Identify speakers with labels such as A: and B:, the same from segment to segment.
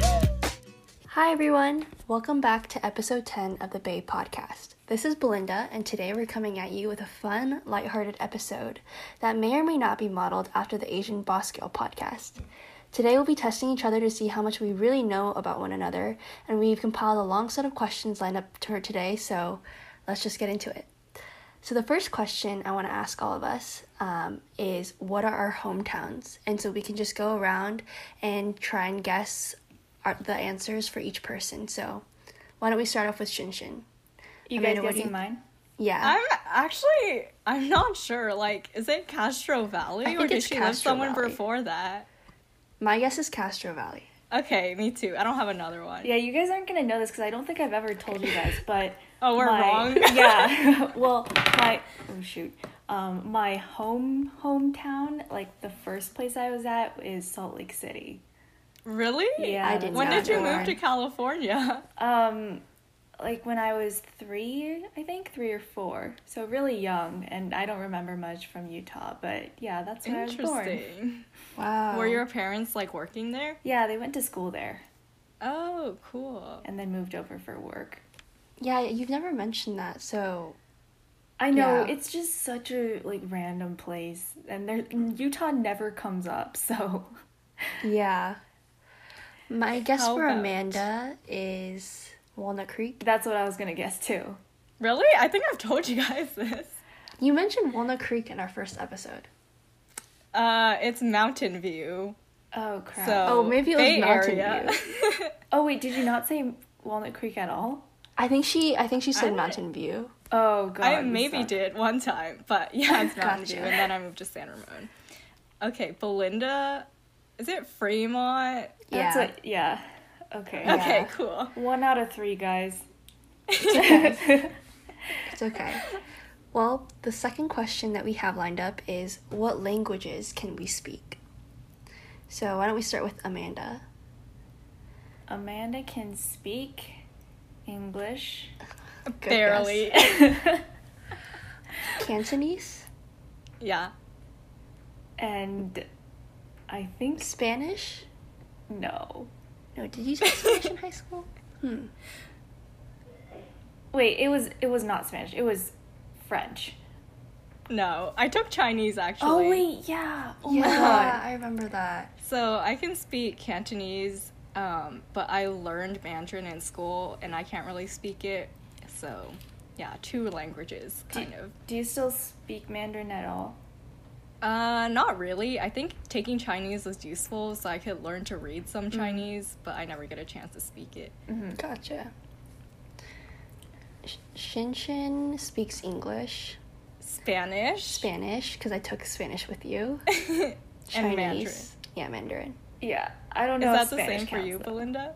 A: Hi, everyone. Welcome back to episode 10 of the Bay Podcast. This is Belinda, and today we're coming at you with a fun, lighthearted episode that may or may not be modeled after the Asian Boss Girl podcast. Today, we'll be testing each other to see how much we really know about one another, and we've compiled a long set of questions lined up for today, so let's just get into it. So, the first question I want to ask all of us um, is what are our hometowns? And so we can just go around and try and guess our, the answers for each person. So, why don't we start off with Shinshin?
B: You
A: Amanda, what do
B: guys guessing
A: you-
B: mine?
A: Yeah.
C: I'm actually I'm not sure. Like, is it Castro Valley
A: I
C: or
A: think
C: did
A: it's
C: she live
A: Castro
C: somewhere
A: Valley.
C: before that?
A: My guess is Castro Valley.
C: Okay, me too. I don't have another one.
B: Yeah, you guys aren't gonna know this because I don't think I've ever told you guys, but
C: Oh, we're
B: my-
C: wrong.
B: yeah. well, my oh shoot, um, my home hometown, like the first place I was at, is Salt Lake City.
C: Really?
B: Yeah,
A: I did
C: Uh, When
A: not
C: did you
A: know
C: move
A: mine.
C: to California?
B: Um, like when I was three, I think three or four, so really young, and I don't remember much from Utah, but yeah, that's where I was born.
C: Interesting.
A: Wow.
C: Were your parents like working there?
B: Yeah, they went to school there
C: Oh, cool.
B: and then moved over for work.
A: Yeah, you've never mentioned that. So,
B: I know
A: Yeah.
B: it's just such a like random place, and there Utah never comes up. So
A: yeah. My guess
C: How
A: for
C: about-
A: Amanda is Walnut Creek.
B: that's what I was gonna guess too.
C: Really? I think I've told you guys this.
A: You mentioned Walnut Creek in our first episode.
C: Uh, it's Mountain View.
B: Oh crap!
C: So
A: Oh, maybe it was
C: Bay
A: Mountain
C: Area.
B: Oh wait, did you not say Walnut Creek at all?
A: I think she I think she said
C: I-
A: Mountain View.
B: Oh god,
C: I
B: you
C: maybe
B: suck.
C: did one time, but yeah, it's Mountain View,
A: Gotcha.
C: and then I moved to San Ramon. Okay, Belinda, is it Fremont?
B: That's
A: yeah.
B: what- yeah. Okay.
A: Yeah.
C: Okay, cool.
B: One out of three guys.
A: It's okay. Well, the second question that we have lined up is what languages can we speak? So, why don't we start with Amanda?
B: Amanda can speak English.
A: Good guess.
C: Barely.
A: Cantonese?
C: yeah.
B: and I think
A: Spanish?
B: no.
A: No, did you speak Spanish in high school? Hmm.
B: Wait, it was it was not Spanish. It was French.
C: No, I took Chinese actually.
B: Oh wait, yeah. Oh
A: yeah,
B: my god.
A: I remember that.
C: So I can speak Cantonese, um, but I learned Mandarin in school, and I can't really speak it. So, yeah, two languages
B: Do-
C: kind of.
B: Do you still speak Mandarin at all?
C: Uh, not really. I think taking Chinese was useful, so I could learn to read some
B: Mm.
C: Chinese, but I never get a chance to speak it.
A: Gotcha. Sh- Shinshin speaks English,
C: Spanish.
A: Spanish, because I took Spanish with you.
C: and
A: Chinese.
C: Mandarin.
A: Yeah, Mandarin.
B: Yeah, I don't
C: Is
B: know.
C: that
B: if
C: the
B: Spanish
C: same for
B: counts,
C: you,
B: though.
C: Belinda?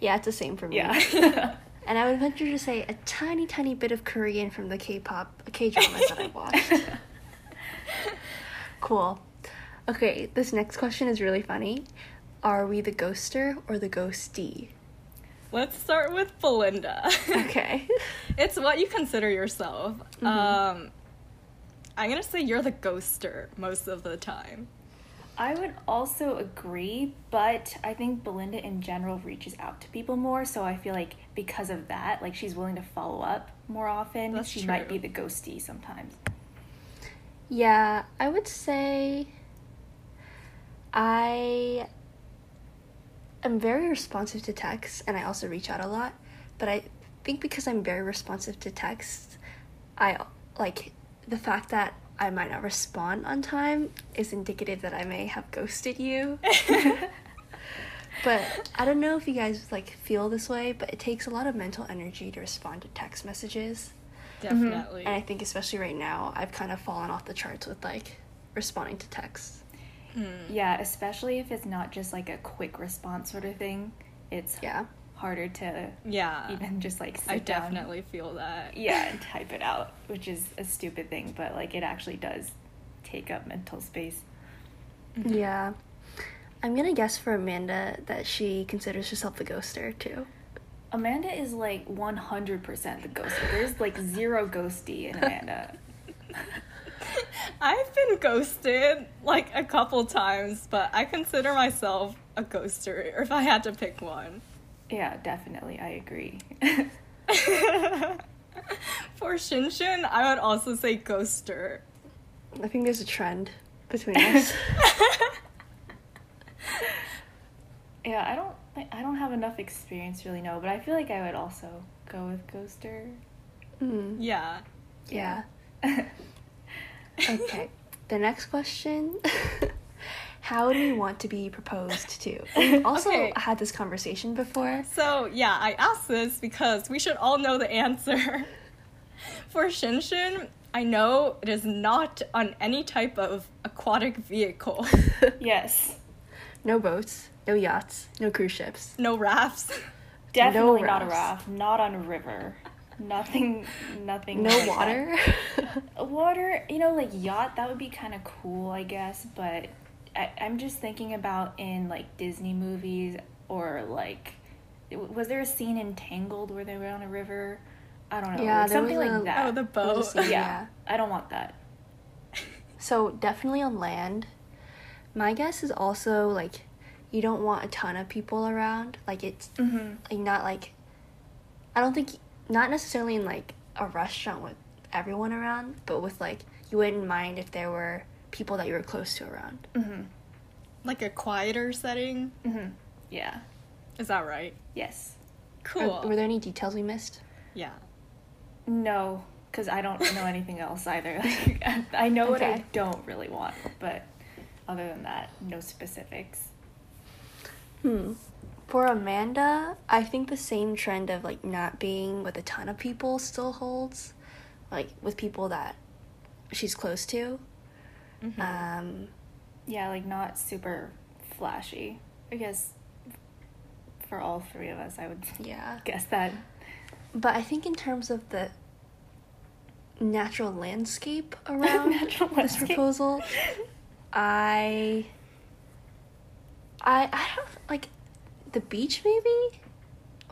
A: Yeah, it's the same for me.
B: Yeah.
A: And I would venture to say a tiny, tiny bit of Korean from the K-pop, K-dramas that I watched. Cool. Okay, this next question is really funny. Are we the ghoster or the ghostie?
C: Let's start with Belinda.
A: Okay.
C: it's what you consider yourself.
A: Mhm.
C: Um, I'm gonna say you're the ghoster most of the time.
B: I would also agree, but I think Belinda in general reaches out to people more, so I feel like because of that, like she's willing to follow up more often.
C: That's
B: she might be
C: true. Mm.
B: the ghosty sometimes.
A: Yeah, I would say I am very responsive to texts and I also reach out a lot, but I think because I'm very responsive to texts, I like the fact that I might not respond on time is indicative that I may have ghosted you. But I don't know if you guys like feel this way, but it takes a lot of mental energy to respond to text messages.
C: Definitely.
A: Mm-hmm. And I think especially right now, I've kind of fallen off the charts with like responding to texts.
C: Hmm.
B: Yeah, especially if it's not just like a quick response sort of thing. It's
A: Yeah.
B: harder to
C: Yeah.
B: even just like sit
C: I
B: down.
C: definitely feel that.
B: yeah and type it out which is a stupid thing but like it actually does take up mental space
C: Mm-hmm.
B: Mm-hmm.
A: Yeah. I'm gonna guess for Amanda that she considers herself the ghoster too.
B: amanda is like 100% the ghost there's like zero ghosty in amanda
C: I've been ghosted like a couple times, but I consider myself a a ghost story, or if I had to pick one.
B: Yeah, definitely. I agree.
C: For Shinshin, I would also say ghoster.
A: I think there's a trend between us.
B: yeah, I don't. I- I don't have enough experience to really know, but I feel like I would also go with Ghoster.
A: Mm,
C: yeah.
A: yeah. Okay. the next question How do we want to be proposed to? We've also
C: Okay.
A: had this conversation before.
C: So, yeah, I asked this because we should all know the answer. For Shinshin, I know it is not on any type of aquatic vehicle.
B: yes,
A: No boats, no yachts, no cruise ships.
C: No rafts.
B: definitely not a
A: rafts.
B: raft. Not on a river. Nothing. Nothing.
A: No
B: like that.
A: water.
B: water you know like yacht that would be kind of cool i guess but I, i'm just thinking about in like disney movies or like w- was there a scene in tangled where they were on a river i don't know
A: Yeah,
B: like,
A: there
B: something
A: was
B: like
A: a-
B: that
C: Oh, the
A: We'll
C: boat.
A: just see,
B: yeah, i don't want that
A: So definitely on land. My guess is also like you don't want a ton of people around. Like it's
B: mm-hmm.
A: like not like I don't think not necessarily in like a restaurant with everyone around, but with like you wouldn't mind if there were people that you were close to around.
B: Mm-hmm.
C: Like a quieter setting.
B: Mm-hmm. yeah
C: Is that right?
B: yes
A: Are-
C: Cool.
A: were there any details we missed?
C: yeah.
B: no because i don't know anything else either like, I- i know what i
A: Okay.
B: don't really want but other than that no specifics
A: Hmm. For Amanda, I think the same trend of like not being with a ton of people still holds, like with people that she's close to.
C: Mhm.
B: Mm-hmm.
A: Um,
B: Yeah, like not super flashy. I guess for all three of us, I would
A: yeah.
B: guess that.
A: But I think in terms of the natural landscape around
B: Natural
A: this
B: landscape.
A: proposal, I, I, I don't like the beach maybe,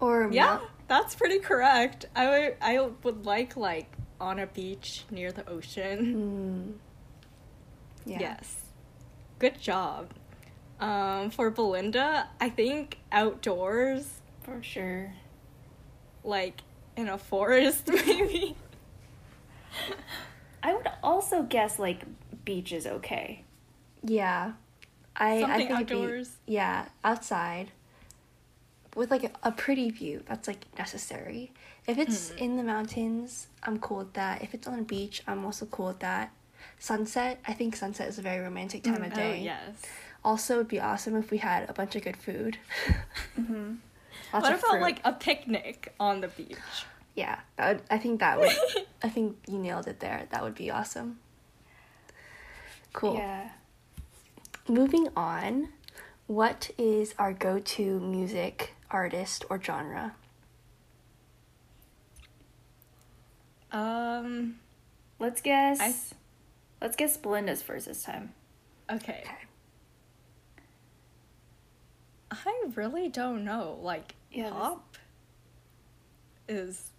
A: or
C: yeah,
A: mount-
C: that's pretty correct. I would I would like like on a beach near the ocean.
A: Hmm. yeah.
C: Yes. Good job. Um, for Belinda, I think outdoors,
B: For sure.
C: like in a forest maybe.
B: I would also guess like beach is okay.
A: Yeah. I, I
C: Something
A: think it'd be-
C: outdoors.
A: yeah, outside. With like a, a pretty view, that's like necessary. If it's
C: Hmm.
A: in the mountains, I'm cool with that. If it's on a beach, I'm also cool with that. Sunset, I think sunset is a very romantic time of
C: oh
A: day.
C: yes.
A: Also, it'd be awesome if we had a bunch of good food.
B: Mm-hmm.
A: Lots
C: what
A: of
C: about
A: fruit.
C: like a picnic on the beach?
A: yeah? That would, I think that would. I think you nailed it there. That would be awesome. Cool.
B: Yeah.
A: Moving on, what is our go to music, artist, or genre?
C: um
B: Let's guess.
C: I-
B: Let's guess Belinda's first this time.
C: okay. I really don't know. Like
B: Yeah, this-
C: pop is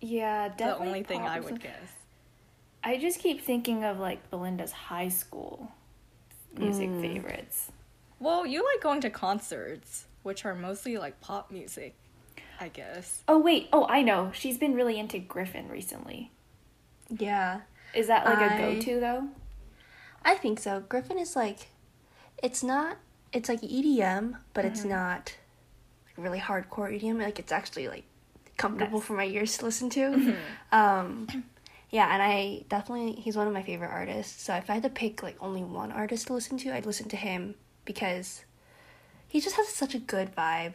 B: Yeah,
C: the
B: definitely.
C: only thing I
B: pop or
C: would
B: something.
C: guess.
B: I just keep thinking of like Belinda's high school music
A: Mm.
B: favorites.
C: Well, you like going to concerts, which are mostly like pop music, I guess.
B: Oh wait. Oh, I know. She's been really into Griffin recently.
A: Yeah,
B: Is that like a
A: I-
B: go-to though?
A: I think so. Griffin is like, it's not, it's like EDM, but it's not like really hardcore EDM. Like, it's actually like comfortable
B: Nice.
A: for my ears to listen to. Um, yeah, and I definitely, he's one of my favorite artists. So if I had to pick like only one artist to listen to, I'd listen to him because he just has such a good vibe.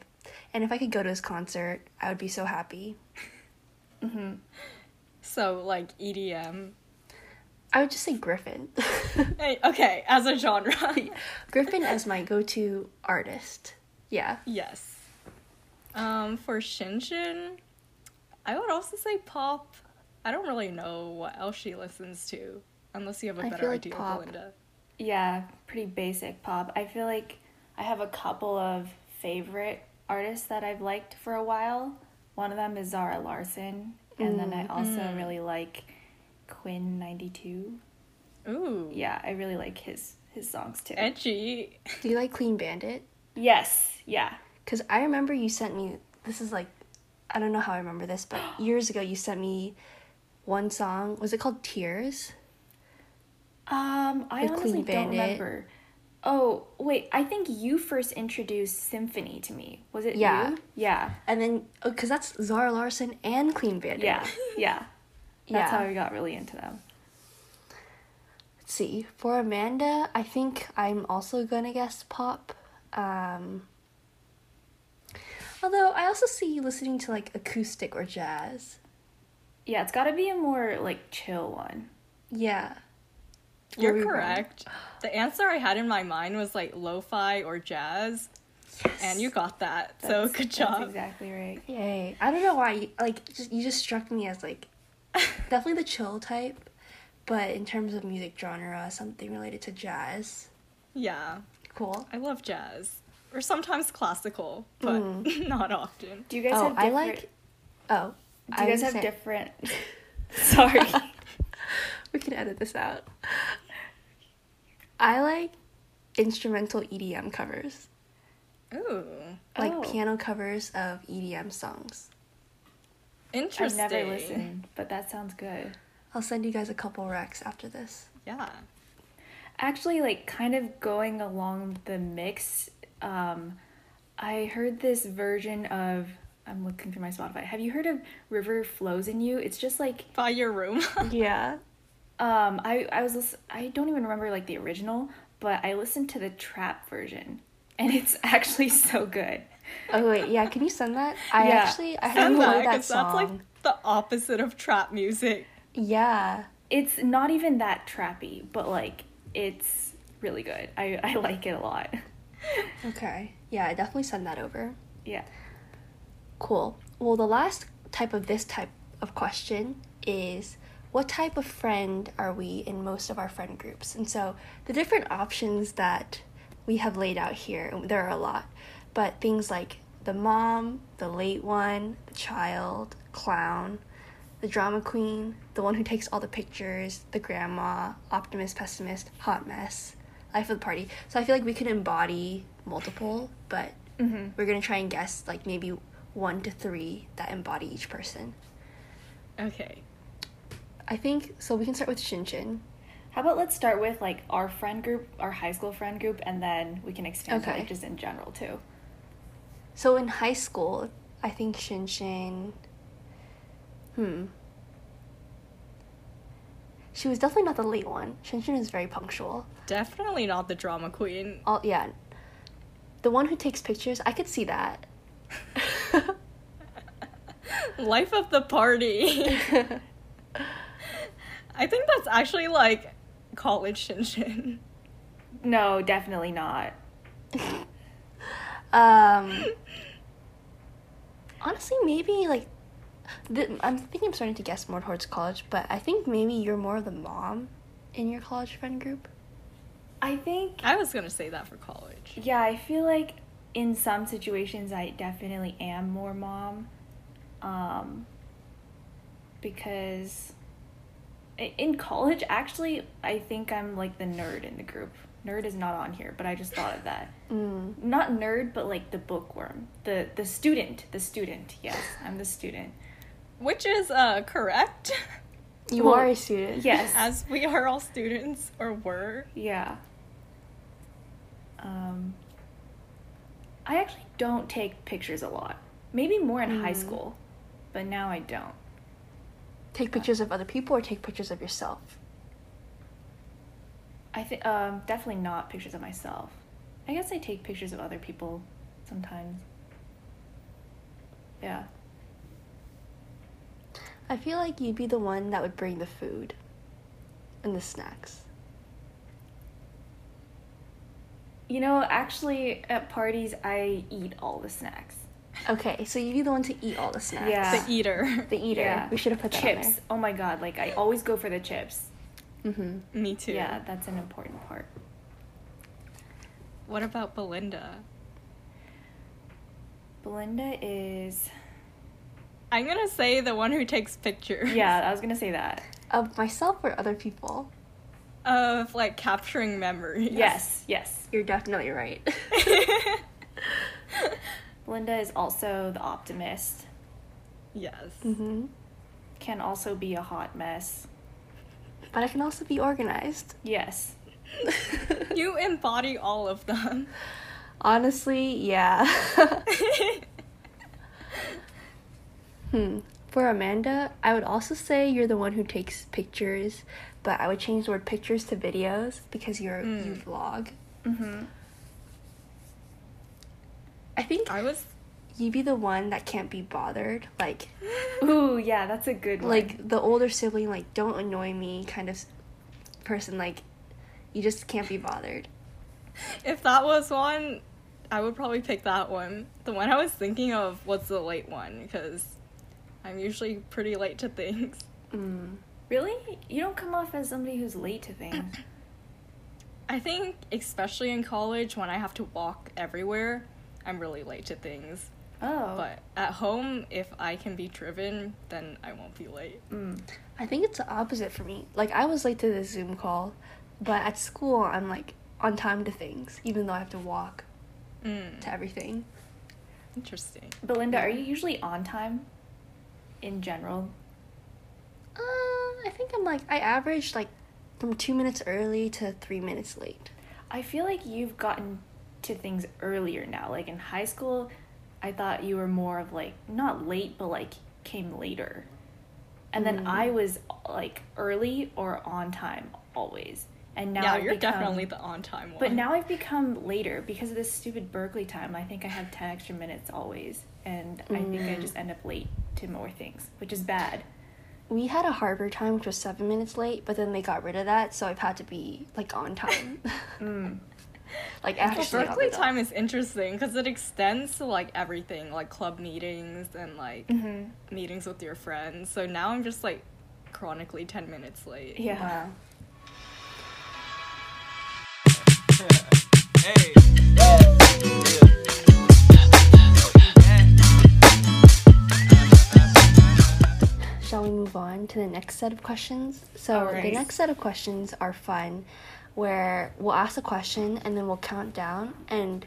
A: And if I could go to his concert, I would be so happy.
C: So, like E EDM.
A: I would just say Griffin.
C: Hey, okay, as a genre.
A: Griffin as my go to artist. Yeah.
C: yes. Um, for Shinshin, I would also say pop. I don't really know what else she listens to, unless you have a
A: I
C: better
A: feel like
C: idea,
A: pop.
C: Belinda.
B: Yeah, pretty basic pop. I feel like I have a couple of favorite artists that I've liked for a while. One of them is Zara Larson, and then I also
A: Mm-hmm.
B: really like Quinn 92.
C: Ooh,
B: Yeah, I really like his his songs too.
C: edgy.
A: Do you like Clean Bandit?
B: Yes. Yeah.
A: Because I remember you sent me, this is like, I don't know how I remember this, but years ago you sent me one song. Was it called Tears?
B: Um, I
A: With
B: honestly
A: Clean
B: don't
A: Bandit.
B: remember. Oh wait, I think you first introduced Symphony to me. Was it
A: Yeah.
B: you? Yeah.
A: And then, because that's Zara Larson and Clean Bandit.
B: Yeah. Yeah.
A: Yeah.
B: That's how I got really into them.
A: Let's see. For Amanda, I think I'm also going to guess pop. Um, although I also see you listening to like acoustic or jazz.
B: Yeah, it's got to be a more like chill one.
A: Yeah. Were
C: You're
A: we wrong?
C: correct. The answer I had in my mind was like lo-fi or jazz, and you got that. so
B: That's-
C: good
B: that's
C: job.
B: exactly right.
A: Yay. I don't know why. You, like, just, you just struck me as like definitely the chill type, but in terms of music genre, something related to jazz.
C: Yeah,
A: Cool.
C: I love jazz or sometimes classical, but
B: Mm.
C: not often.
B: Do you guys
A: oh,
B: have
A: I
B: different?
A: like. Oh.
B: do
A: I
B: you guys
A: would
B: have
A: say-
B: different? Sorry.
A: We can edit this out. I like instrumental EDM covers,
C: Ooh,
A: like
B: Oh.
A: piano covers of EDM songs.
B: I've
C: interesting.
B: never listened, but that sounds good.
A: I'll send you guys a couple recs after this.
C: Yeah.
B: Actually, like kind of going along the mix, um, I heard this version of. I'm looking through my Spotify. Have you heard of River Flows in You? It's just like
C: By your room.
A: Yeah.
B: um, I I was lis- I don't even remember like the original, but I listened to the trap version, and it's actually so good.
A: Oh wait, yeah. Can you send that? I
B: Yeah,
A: actually I
C: Send
A: haven't heard that
C: because that's
A: song.
C: like the opposite of trap music.
A: Yeah.
B: It's not even that trappy, but like it's really good. I I like it a lot.
A: Okay. Yeah, I definitely send that over.
B: Yeah.
A: Cool. Well, the last type of this type of question is what type of friend are we in most of our friend groups? And so the different options that we have laid out here, and there are a lot, but things like the mom, the late one, the child, clown, the drama queen, the one who takes all the pictures, the grandma, optimist, pessimist, hot mess, life of the party. So I feel like we could embody multiple, but we're gonna try and guess like maybe one to three that embody each person.
C: Okay.
A: I think so. We can start with Shinshin.
B: How about let's start with like our friend group, our high school friend group, and then we can expand to,
A: Okay.
B: like, just in general too.
A: So in high school, I think Shinshin. Hmm. She was definitely not the late one. Shinshin is very punctual.
C: Definitely not the drama queen.
B: Oh.
A: All yeah. The one who takes pictures, I could see that.
C: Life of the party. I think that's actually like college shinshin.
B: No, definitely not.
A: Um, honestly, maybe like th- I'm thinking I'm starting to guess more towards college, but I think maybe you're more the mom in your college friend group.
B: I think
C: I was gonna say that for college.
B: yeah, I feel like in some situations I definitely am more mom. Um because i- in college actually I think I'm like the nerd in the group. Nerd is not on here, but I just thought of that.
A: Mm.
B: Not nerd, but like the bookworm. The the student, the student. Yes, I'm the student.
C: Which is uh correct.
A: You
B: Well,
A: are a student.
B: Yes.
C: As we are all students or were.
B: Yeah. Um, I actually don't take pictures a lot. Maybe more in high
A: Mm.
B: school, but now I don't.
A: Take pictures of other people or take pictures of yourself.
B: I think um, definitely not pictures of myself. I guess I take pictures of other people sometimes. Yeah.
A: I feel like you'd be the one that would bring the food and the snacks.
B: You know, actually, at parties, I eat all the snacks.
A: Okay, so you'd be the one to eat all the snacks.
B: Yeah. e-
C: The eater.
A: The eater.
B: Yeah.
A: We should have put that
B: chips. Oh my god! Like I always go for the chips.
A: on there. Mm-hmm.
C: Me too.
B: Yeah, that's an important part.
C: What about Belinda?
B: Belinda is.
C: I'm gonna say the one who takes pictures.
B: Yeah, I was gonna say that.
A: Of myself or other people.
C: Of like capturing memories.
B: Yes, yes.
A: You're definitely right.
B: Linda is also the optimist,
C: Yes.
B: Mm.
A: hmm
B: can also be a hot mess.
A: But I can also be organized.
B: Yes.
C: You embody all of them.
A: Honestly, yeah. hmm. For Amanda, I would also say you're the one who takes pictures, but I would change the word pictures to videos because you're you
C: Mm.
A: vlog.
B: Mm-hmm.
A: I think
C: I was
A: you'd be the one that can't be bothered, like
B: Ooh, yeah, that's a good one.
A: like the older sibling, like don't annoy me kind of s- person. Like you just can't be bothered.
C: if that was one, I would probably pick that one. The one I was thinking of was the late one because I'm usually pretty late to things.
A: Mm.
B: really, you don't come off as somebody who's late to things.
C: I think especially in college when I have to walk everywhere, I'm really late to things.
B: Oh.
C: But at home, if I can be driven, then I won't be late.
B: Mm.
A: I think it's the opposite for me. Like I was late to this Zoom call, but at school I'm like on time to things, even though I have to walk
C: Mm,
A: to everything.
C: interesting.
B: Belinda, are you usually on time? In general.
A: Uh, I think I'm like I averaged like from two minutes early to three minutes late.
B: I feel like you've gotten to things earlier now. Like in high school, I thought you were more of like not late, but like came later. And then
A: Mm.
B: I was like early or on time always. And now
C: yeah,
B: I've
C: you're
B: become-
C: definitely the on time one.
B: But now I've become later because of this stupid Berkeley time. I think I have 10 extra minutes always. And I think I
A: Mm.
B: just end up late to more things, which is bad.
A: We had a harbor time which was seven minutes late, but then they got rid of that, so I've had to be like on time.
B: Mm.
A: like
C: Well,
A: actually. on
C: Berkeley
A: the dot.
C: time is interesting because it extends to like everything, like club meetings and like
A: Mm-hmm.
B: hmm
C: meetings with your friends. So now I'm just like chronically 10 minutes late.
B: Yeah.
A: Wow.
D: Hey.
A: Shall we move on to the next set of questions? So the
B: Alright.
A: next set of questions are fun, where we'll ask a question and then we'll count down, and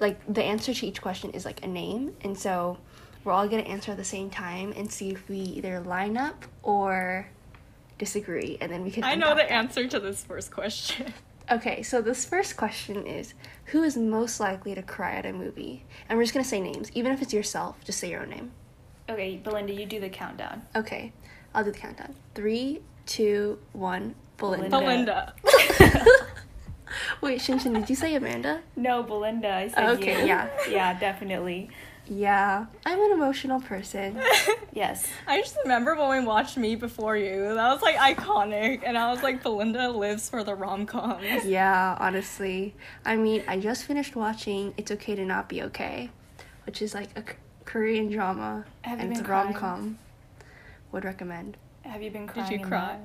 A: like the answer to each question is like a name, and so we're all gonna answer at the same time and see if we either line up or disagree, and then we can.
C: I know
A: unpack
C: the answer to this first question.
A: that. Okay, so this first question is, who is most likely to cry at a movie? And we're just gonna say names, even if it's yourself, just say your own name.
B: Okay, Belinda, you do the countdown.
A: Okay, I'll do the countdown. Three, two, one. Belinda.
C: Belinda.
A: Wait, Shinshin, did you say Amanda?
B: No, Belinda, I said
A: Okay,
B: you.
A: yeah.
B: Yeah, definitely.
A: Yeah, I'm an emotional person.
B: Yes.
C: I just remember when we watched Me Before You. That was like iconic. And I was like, Belinda lives for the rom coms.
A: Yeah, honestly. I mean, I just finished watching It's Okay to Not Be Okay, which is like a K- Korean drama
B: Have you
A: and it's a
B: been crying?
A: rom com. Would recommend.
B: Have you been
C: Did
B: crying?
C: you
B: in
C: cry?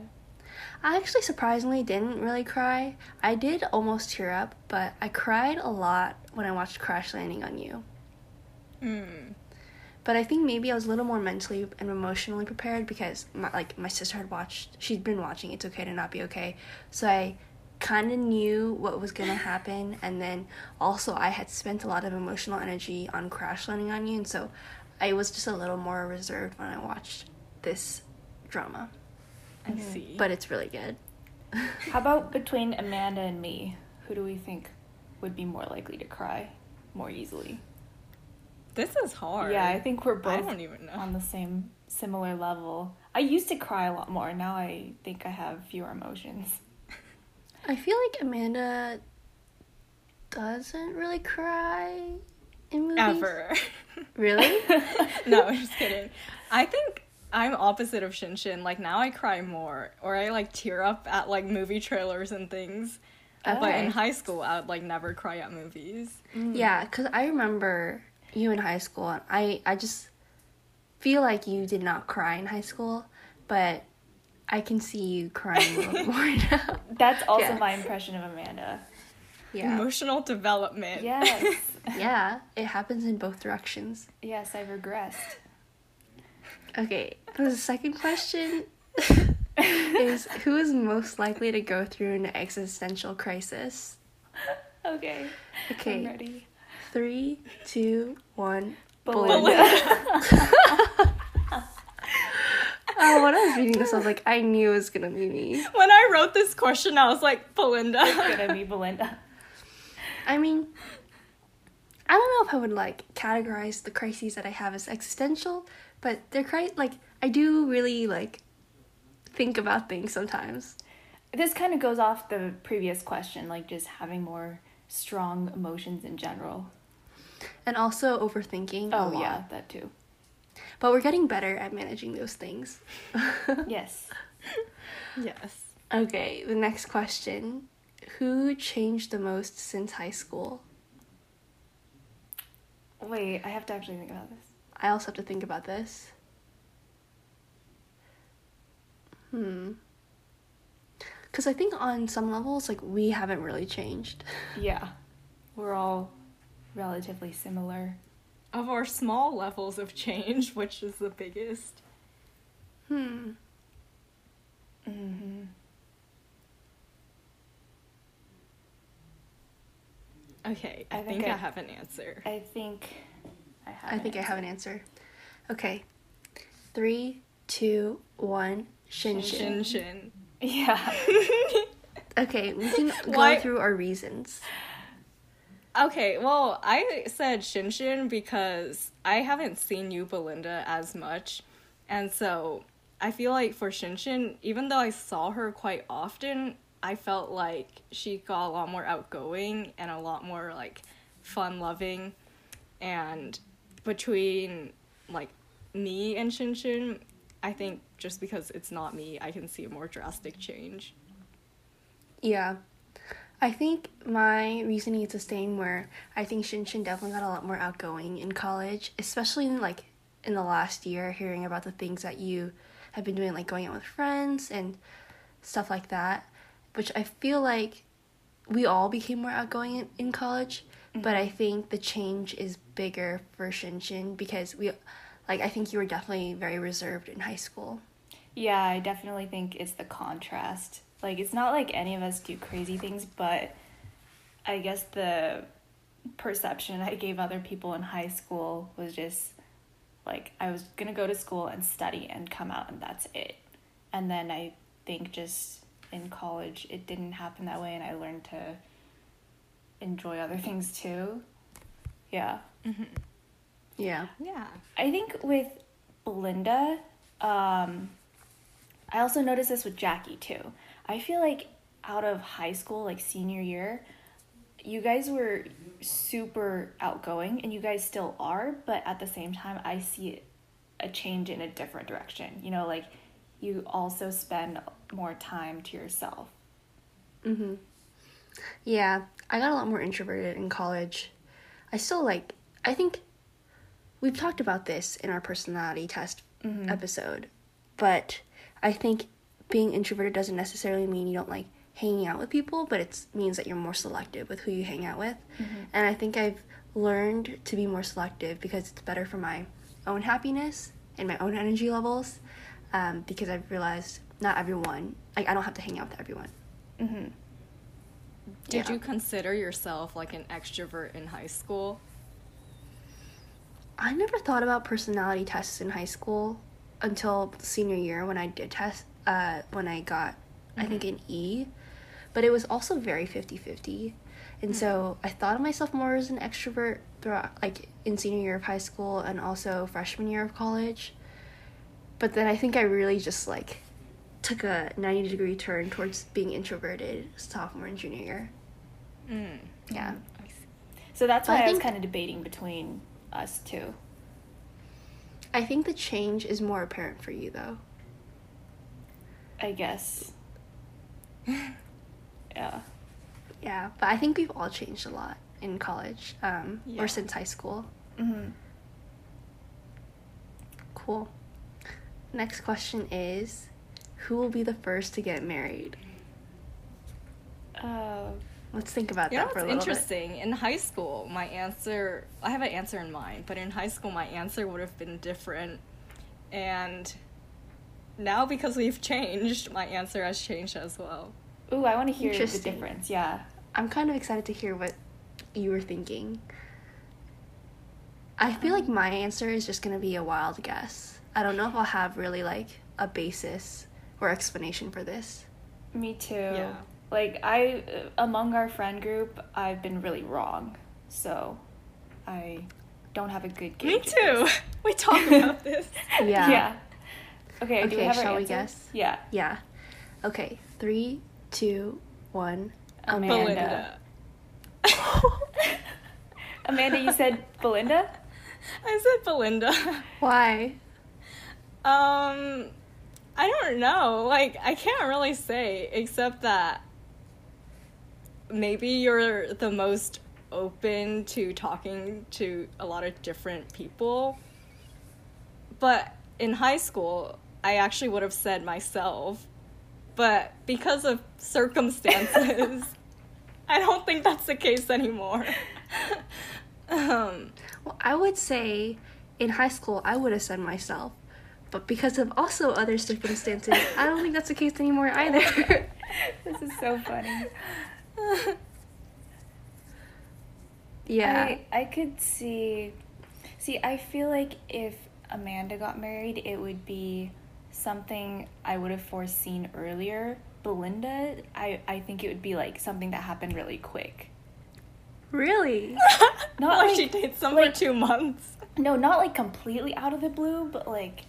A: I actually surprisingly didn't really cry. I did almost tear up, but I cried a lot when I watched Crash Landing on You.
C: Mm.
A: But I think maybe I was a little more mentally and emotionally prepared because my like my sister had watched she'd been watching It's Okay to Not Be Okay. So I kind of knew what was going to happen and then also I had spent a lot of emotional energy on crash landing on you and so I was just a little more reserved when I watched this drama.
C: I
B: Mm-hmm.
C: see.
A: But it's really good.
B: that? How about between Amanda and me? Who do we think would be more likely to cry more easily?
C: this is hard.
B: Yeah, I think we're
C: I
B: both
C: don't even know.
B: on the same similar level. I used to cry a lot more. Now I think I have fewer emotions.
A: I feel like Amanda doesn't really cry in movies.
C: Ever.
A: Really?
C: no, I'm just kidding. I think I'm opposite of Shin Shin. Like now I cry more or I like tear up at like movie trailers and things. But
A: Okay.
C: in high school I would like never cry at movies.
B: Mm.
A: Yeah, because I remember you in high school, and I, I just feel like you did not cry in high school, but I can see you crying a little more now.
B: That's also
A: Yeah.
B: my impression of Amanda.
A: Yeah.
C: Emotional development.
B: Yes.
A: Yeah, it happens in both directions.
B: yes, I've regressed.
A: Okay, the second question is who is most likely to go through an existential crisis?
B: Okay. I'm
A: Okay,
B: ready.
A: Three, two, one.
B: Belinda.
A: Oh, when I was reading this, I was like, I knew it was gonna be me.
C: When I wrote this question, I was like,
B: It's
C: Belinda.
B: gonna be Belinda.
A: I mean, I don't know if I would like categorize the crises that I have as existential, but they're cri- like I do really like think about things sometimes.
B: This kind of goes off the previous question, like just having more strong emotions in general.
A: and also overthinking. a
B: Oh
A: lot.
B: yeah, that too.
A: But we're getting better at managing those things.
B: Yes.
C: yes.
A: Okay, the next question. Who changed the most since high school?
B: Wait, I have to actually think about this.
A: I also have to think about this. Hmm. Because I think on some levels, like, we haven't really changed.
B: Yeah. We're all relatively similar.
C: Of our small levels of change, which is the biggest?
A: Hmm.
B: Mm-hmm.
C: Okay, I,
B: I
C: think,
B: think
C: I,
B: I-
C: have an answer.
B: I think I have
A: I
B: an
A: think I
B: answer.
A: have an answer. Okay. Three, two, one. Shin Shin.
C: Shin Shin.
B: Yeah.
A: Okay, we can
C: Why-
A: go through our reasons.
C: Okay, well, I said Shin Shin because I haven't seen you, Belinda, as much. And so I feel like for Shin Shin, even though I saw her quite often, I felt like she got a lot more outgoing and a lot more like fun loving. And between like me and Shin Shin, I think just because it's not me, I can see a more drastic change.
A: Yeah. I think my reasoning is the same where I think Shinshin definitely got a lot more outgoing in college, especially in like in the last year hearing about the things that you have been doing like going out with friends and stuff like that, which I feel like we all became more outgoing in, in college, but I think the change is bigger for Shinshin because we like I think you were definitely very reserved in high school.
B: Yeah, I definitely think it's the contrast. Like, it's not like any of us do crazy things, but I guess the perception I gave other people in high school was just like I was gonna go to school and study and come out, and that's it. And then I think just in college, it didn't happen that way, and I learned to enjoy other things too. Yeah.
A: Yeah.
C: Yeah.
B: I think with Belinda, um, I also noticed this with Jackie too. I feel like out of high school, like senior year, you guys were super outgoing and you guys still are, but at the same time, I see a change in a different direction. You know, like you also spend more time to yourself.
A: Mm-hmm. Yeah, I got a lot more introverted in college. I still like, I think we've talked about this in our personality test episode, but I think being introverted doesn't necessarily mean you don't like hanging out with people, but it means that you're more selective with who you hang out with. And I think I've learned to be more selective because it's better for my own happiness and my own energy levels um, because I've realized not everyone, like, I don't have to hang out with everyone.
C: Did
A: Yeah.
C: you consider yourself like an extrovert in high school?
A: I never thought about personality tests in high school until senior year when I did test, uh, when I got, I think, an E. But it was also very 50 50. And so I thought of myself more as an extrovert throughout, like in senior year of high school and also freshman year of college. But then I think I really just like took a 90 degree turn towards being introverted sophomore and junior year.
C: Mm.
A: Yeah.
B: So that's
A: But
B: why
A: I
B: I, was
A: think-
B: kind of debating between us two.
A: I think the change is more apparent for you though.
B: I guess. yeah.
A: Yeah, but I think we've all changed a lot in college um,
C: Yeah.
A: or since high school.
B: hmm
A: Cool. Next question is Who will be the first to get married?
B: Uh,
A: Let's think about
C: You know
A: that for
C: what's
A: a little bit.
C: interesting? In high school, my answer I have an answer in mind, but in high school my answer would have been different. And now because we've changed, my answer has changed as well.
B: Ooh, I want to hear the
A: Interesting.
B: difference. Yeah.
A: I'm kind of excited to hear what you were thinking. I feel
C: Um,
A: like my answer is just gonna be a wild guess. I don't know if I'll have really like a basis or explanation for this.
B: Me too.
C: Yeah.
B: Like I uh, among our friend group, I've been really wrong. So I don't have a good
C: Me
B: gauge. of
C: too.
B: this.
C: We talked about this.
A: Yeah.
B: Yeah. Okay, do we
A: Okay,
B: have our
A: shall we
B: answer?
A: guess?
B: Yeah.
A: Yeah. Okay. Three, two, one.
B: Amanda.
C: Belinda.
B: Amanda, you said Belinda?
A: uh,
C: I said Belinda.
A: Why?
C: Um, I don't know. Like, I can't really say, except that maybe you're the most open to talking to a lot of different people. But in high school, I actually would have said myself. But because of circumstances, I don't think that's the case anymore. um,
A: Well, I would say in high school I would have said myself, but because of also other circumstances, I don't think that's the case anymore either.
B: This is so funny.
A: yeah.
B: I, I could see. See, I feel like if Amanda got married, it would be something I would have foreseen earlier. Belinda, I, I think it would be like something that happened really quick.
A: Really?
B: Not
C: Not like,
B: like-
C: she dates someone
B: like-
C: for two months.
B: No, not like completely out of the blue, but like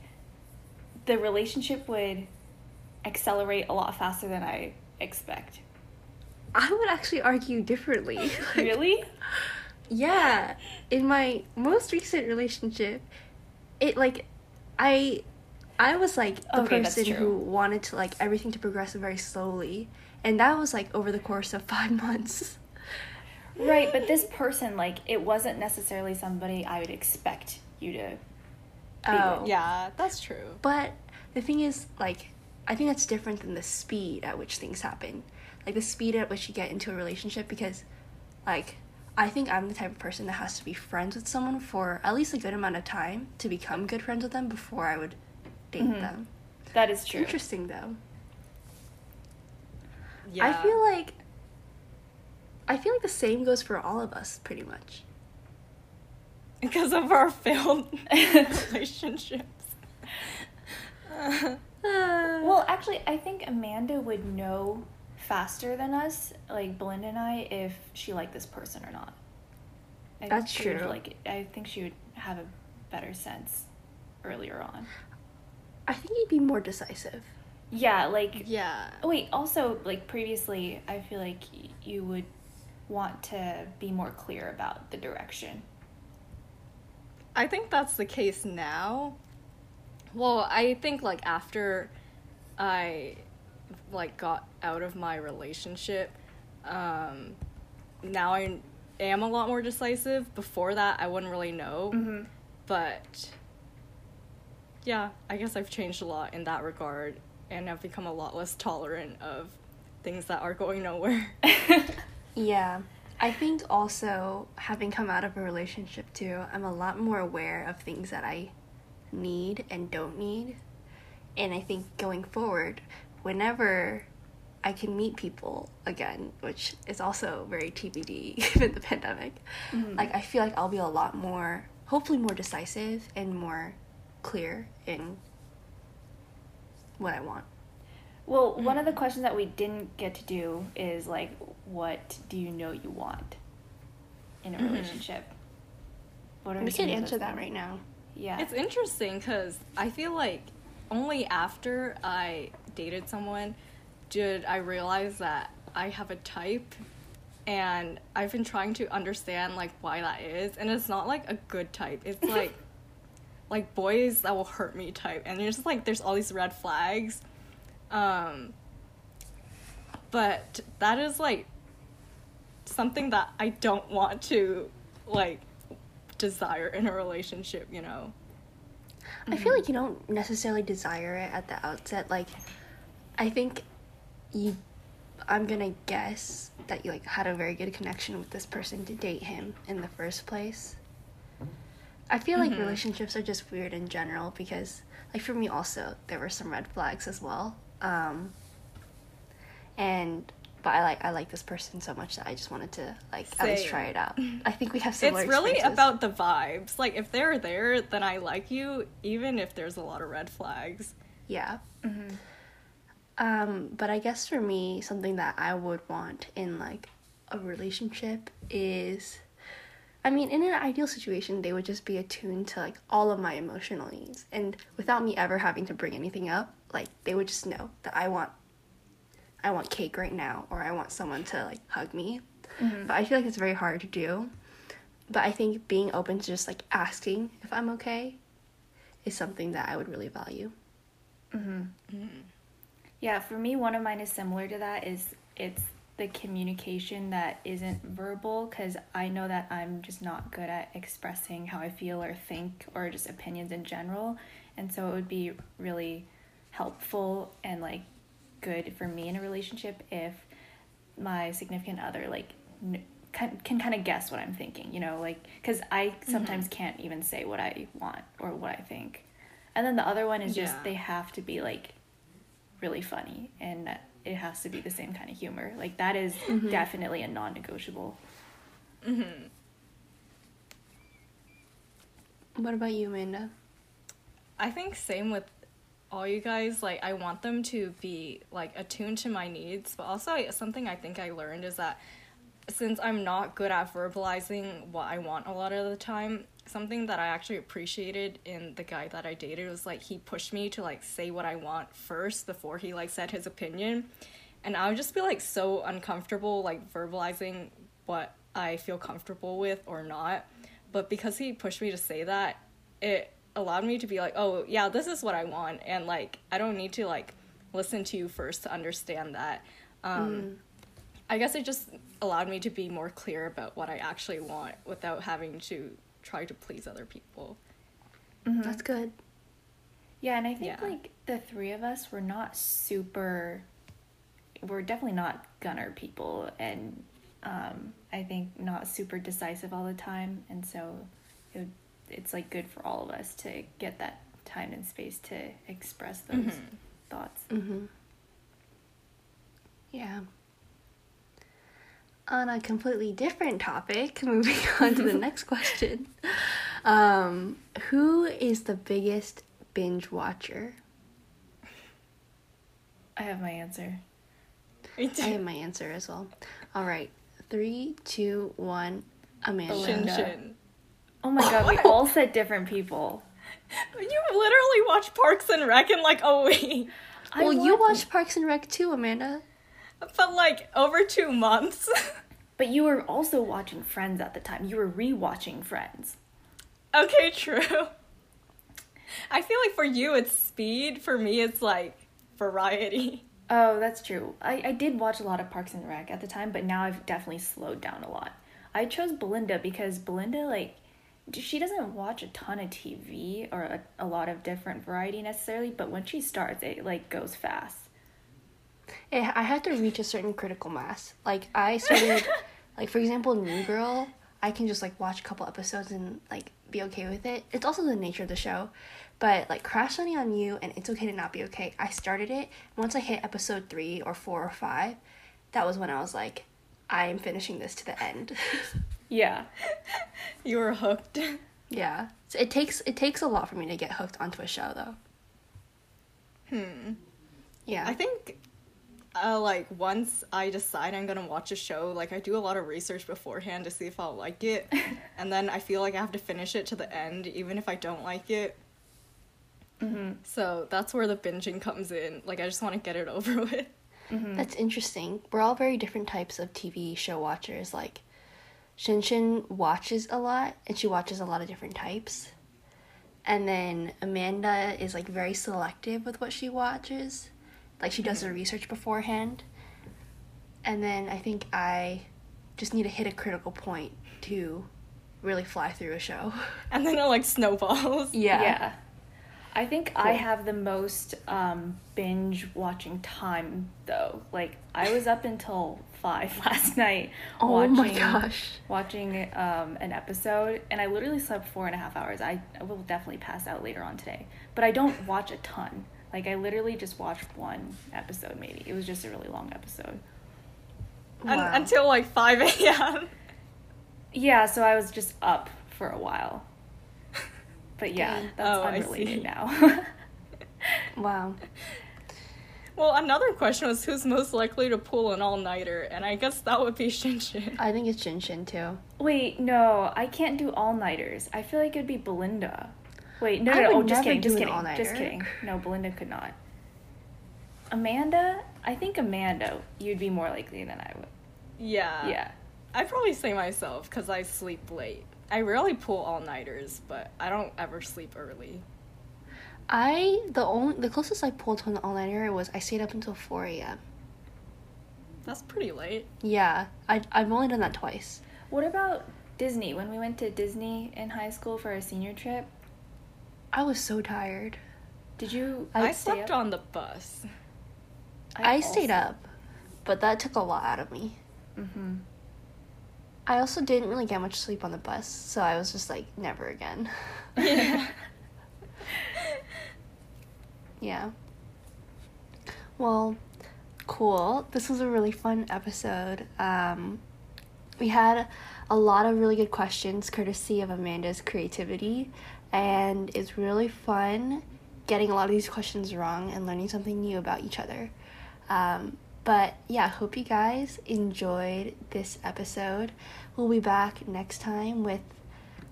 B: the relationship would accelerate a lot faster than I expect.
A: I would actually argue differently. Like,
B: Really?
A: Yeah. In my most recent relationship, it like I I was like the
B: Okay, that's
A: person who
B: true.
A: wanted to like everything to progress very slowly. And that was like over the course of five months.
B: right, but this person, like, it wasn't necessarily somebody I would expect you to.
A: Oh.
C: Yeah, that's true.
A: But the thing is, like, I think that's different than the speed at which things happen. Like, the speed at which you get into a relationship, because, like, I think I'm the type of person that has to be friends with someone for at least a good amount of time to become good friends with them before I would date
B: Mhm.
A: them.
B: That is true.
A: Interesting, though.
C: Yeah.
A: I feel like. I feel like the same goes for all of us, pretty much.
C: because of our failed relationships.
B: Well, actually, I think Amanda would know faster than us, like Belinda and I, if she liked this person or not. I think
A: That's
B: she would,
A: true.
B: Like, I think she would have a better sense earlier on.
A: I think you'd be more decisive.
B: Yeah, like.
C: yeah.
B: Oh, wait. Also, like previously, I feel like y- you would want to be more clear about the direction.
C: I think that's the case now. Well, I think like after I like got out of my relationship, um now I am a lot more decisive. Before that, I wouldn't really know.
B: Mm-hmm.
C: but yeah, I guess I've changed a lot in that regard, and I've become a lot less tolerant of things that are going nowhere.
A: Yeah. I think also having come out of a relationship too, I'm a lot more aware of things that I need and don't need. And I think going forward, whenever I can meet people again, which is also very TBD given the pandemic,
B: Mm-hmm.
A: like I feel like I'll be a lot more, hopefully, more decisive and more clear in what I want.
B: Well, one
A: Mm.
B: of the questions that we didn't get to do is like, what do you know you want in a relationship? What
A: Mm-hmm. We
B: some
A: could
B: of those
A: answer that
B: things?
A: right now.
B: Yeah.
C: It's interesting because I feel like only after I dated someone did I realize that I have a type, and I've been trying to understand like why that is, and it's not like a good type. It's like like boys that will hurt me type, and you're just like there's all these red flags, um, but that is like something that I don't want to like desire in a relationship, you know.
A: I feel
C: Mm-hmm.
A: like you don't necessarily desire it at the outset. Like, I think you, I'm gonna guess that you like had a very good connection with this person to date him in the first place. I feel
C: Mm-hmm.
A: like relationships are just weird in general because, like, for me also, there were some red flags as well. Um, and, but but I like I like this person so much that I just wanted to like at least
C: Same.
A: try it out. I think we have similar.
C: It's really
A: experiences.
C: about the vibes. Like if they're there, then I like you, even if there's a lot of red flags.
A: Yeah. Um, but I guess for me, something that I would want in like a relationship is, I mean, in an ideal situation, they would just be attuned to like all of my emotional needs, and without me ever having to bring anything up, like they would just know that I want, I want cake right now, or I want someone to like hug me. But I feel like it's very hard to do. But I think being open to just like asking if I'm okay is something that I would really value.
B: Yeah, for me, one of mine is similar to that. Is it's the communication that isn't verbal because I know that I'm just not good at expressing how I feel or think or just opinions in general, and so it would be really helpful and like good for me in a relationship if my significant other like kn- can, can kind of guess what I'm thinking, you know, like because I sometimes can't even say what I want or what I think, and then the other one is
C: Yeah.
B: just they have to be like really funny and that it has to be the same kind of humor. Like that is
A: Mm-hmm.
B: definitely a non-negotiable.
A: What about you, Amanda?
C: I think same with all you guys. Like I want them to be like attuned to my needs, but also I, something I think I learned is that since I'm not good at verbalizing what I want a lot of the time, something that I actually appreciated in the guy that I dated was like he pushed me to like say what I want first before he like said his opinion. And I would just be like so uncomfortable like verbalizing what I feel comfortable with or not. But because he pushed me to say that, it allowed me to be like, "Oh, yeah, this is what I want." And like I don't need to like listen to you first to understand that. Um I guess it just allowed me to be more clear about what I actually want without having to try to please other people.
A: That's good.
B: Yeah, and I think
C: Yeah.
B: like the three of us were not super we're definitely not gunner people and um I think not super decisive all the time and so it, would- it's like good for all of us to get that time and space to express those thoughts.
A: Mm-hmm. Yeah. On a completely different topic, moving on to the next question. Um, who is the biggest binge watcher?
B: I have my answer.
A: I have my answer as well. All right. Three, two, one. Amanda.
B: Belinda.
C: Shin Shin.
B: Oh my god, we all said different people.
C: You literally watch Parks and Rec in like a week,
B: I
A: Well, Oh, you
B: want-
A: watched Parks and Rec too, Amanda.
C: but like over two months.
B: But you were also watching Friends at the time. You were rewatching Friends.
C: okay, true. I feel like for you it's speed, for me it's like variety.
B: Oh, that's true. I, I did watch a lot of Parks and Rec at the time, but now I've definitely slowed down a lot. I chose Belinda because Belinda, like, d- she doesn't watch a ton of TV or a, a lot of different variety necessarily, but when she starts, it, like, goes fast.
A: it, Eh, I had to reach a certain critical mass. Like I started, like for example, New Girl. I can just like watch a couple episodes and like be okay with it. It's also the nature of the show, but like Crash Landing on You and It's Okay to Not Be Okay. I started it once I hit episode three or four or five. That was when I was like, I am finishing this to the end.
B: Yeah.
C: You were hooked.
A: yeah, so it takes it takes a lot for me to get hooked onto a show though.
C: Hmm.
A: Yeah,
C: I think uh, like once I decide I'm gonna watch a show, like I do a lot of research beforehand to see if I'll like it, and then I feel like I have to finish it to the end, even if I don't like it. So that's where the binging comes in. Like I just want to get it over with.
A: That's interesting. We're all very different types of TV show watchers. Like, Shinshin watches a lot, and she watches a lot of different types. And then Amanda is like very selective with what she watches. Like she does her research beforehand. And then I think I just need to hit a critical point to really fly through a show.
C: And then it like snowballs.
A: Yeah.
B: Yeah. I think I
A: Cool.
B: have the most um, binge watching time though. Like I was up until five last night
A: Oh my gosh.
B: watching um, an episode, and I literally slept four and a half hours. I, I will definitely pass out later on today, but I don't watch a ton. Like I literally just watched one episode. Maybe it was just a really long episode.
C: un-
B: Wow.
C: until like 5 a.m.
B: Yeah, so I was just up for a while. But yeah, that's
C: Oh, I see.
B: unrelated now.
A: Wow.
C: Well, another question was who's most likely to pull an all nighter, and I guess that would be Shinshin.
A: I think it's Shinshin too.
B: Wait, no, I can't do all nighters. I feel like it'd be Belinda. Wait, no,
A: I
B: no, no,
A: would
B: oh, just
A: never
B: kidding,
A: do
B: just
A: an
B: kidding, just
A: all-nighter.
B: kidding. No, Belinda could not. Amanda, I think Amanda, you'd be more likely than I would.
C: Yeah.
B: yeah,
C: I'd probably say myself because I sleep late. I rarely pull all nighters, but I don't ever sleep early.
A: I the only the closest I pulled to an all nighter was I stayed up until four a.m.
C: That's pretty late.
A: Yeah, I I've only done that twice.
B: What about Disney? When we went to Disney in high school for our senior trip,
A: I was so tired.
B: did you?
C: I,
A: I
B: stay
C: slept
B: up?
C: on the bus.
A: I, stayed
B: also-
A: up, but that took a lot out of me.
B: Mhm.
A: I also didn't really get much sleep on the bus, so I was just like, never again.
B: Mm-hmm.
C: Yeah.
A: Yeah. Well, cool. This was a really fun episode. Um, we had a lot of really good questions courtesy of Amanda's creativity, and it's really fun getting a lot of these questions wrong and learning something new about each other. Um, but yeah, hope you guys enjoyed this episode. We'll be back next time with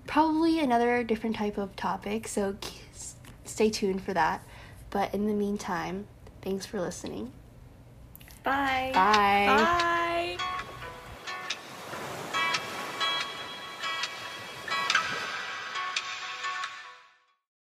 A: probably another different type of topic, so k- s- stay tuned for that. But in the meantime, thanks for listening.
B: Bye.
A: Bye.
C: Bye.